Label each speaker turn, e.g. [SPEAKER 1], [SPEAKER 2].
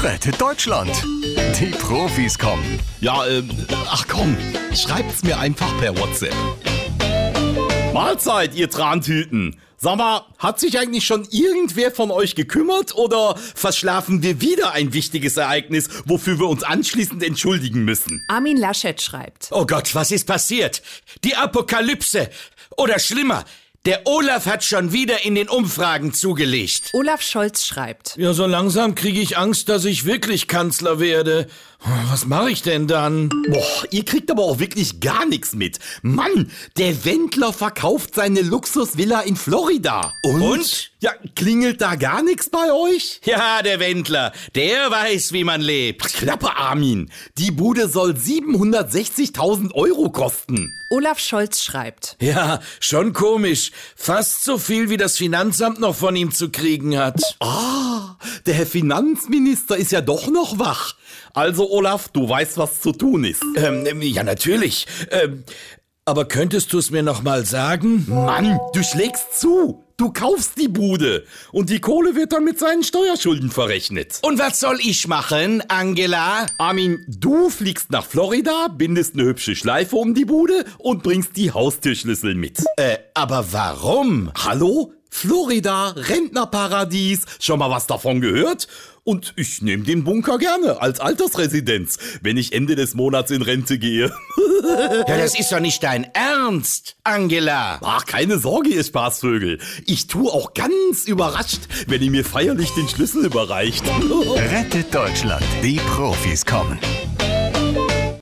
[SPEAKER 1] rettet Deutschland. Die Profis kommen.
[SPEAKER 2] Ja, ähm, ach komm, schreibt's mir einfach per WhatsApp. Mahlzeit, ihr Trantüten. Sag mal, hat sich eigentlich schon irgendwer von euch gekümmert oder verschlafen wir wieder ein wichtiges Ereignis, wofür wir uns anschließend entschuldigen müssen?
[SPEAKER 3] Armin Laschet schreibt.
[SPEAKER 4] Oh Gott, was ist passiert? Die Apokalypse. Oder schlimmer, der Olaf hat schon wieder in den Umfragen zugelegt.
[SPEAKER 3] Olaf Scholz schreibt.
[SPEAKER 5] Ja, so langsam kriege ich Angst, dass ich wirklich Kanzler werde. Was mache ich denn dann?
[SPEAKER 2] Boah, ihr kriegt aber auch wirklich gar nichts mit. Mann, der Wendler verkauft seine Luxusvilla in Florida.
[SPEAKER 4] Und?
[SPEAKER 2] Ja, klingelt da gar nichts bei euch?
[SPEAKER 4] Ja, der Wendler, der weiß, wie man lebt.
[SPEAKER 2] Klappe, Armin. Die Bude soll 760.000 Euro kosten.
[SPEAKER 3] Olaf Scholz schreibt.
[SPEAKER 5] Ja, schon komisch. Fast so viel, wie das Finanzamt noch von ihm zu kriegen hat.
[SPEAKER 2] Ah, der Herr Finanzminister ist ja doch noch wach. Also, Olaf, du weißt, was zu tun ist.
[SPEAKER 5] Ähm, ähm, ja, natürlich. Ähm, aber könntest du es mir noch mal sagen?
[SPEAKER 2] Mann, du schlägst zu. Du kaufst die Bude. Und die Kohle wird dann mit seinen Steuerschulden verrechnet.
[SPEAKER 4] Und was soll ich machen, Angela?
[SPEAKER 2] Armin, du fliegst nach Florida, bindest eine hübsche Schleife um die Bude und bringst die Haustürschlüssel mit.
[SPEAKER 4] Äh, aber warum?
[SPEAKER 2] Hallo? Florida, Rentnerparadies. Schon mal was davon gehört? Und ich nehme den Bunker gerne als Altersresidenz, wenn ich Ende des Monats in Rente gehe.
[SPEAKER 4] Ja, das ist doch nicht dein Ernst, Angela.
[SPEAKER 2] Ach, Ah, keine Sorge, ihr Spaßvögel. Ich tu auch ganz überrascht, wenn ihr mir feierlich den Schlüssel überreicht.
[SPEAKER 1] Rettet Deutschland. Die Profis kommen.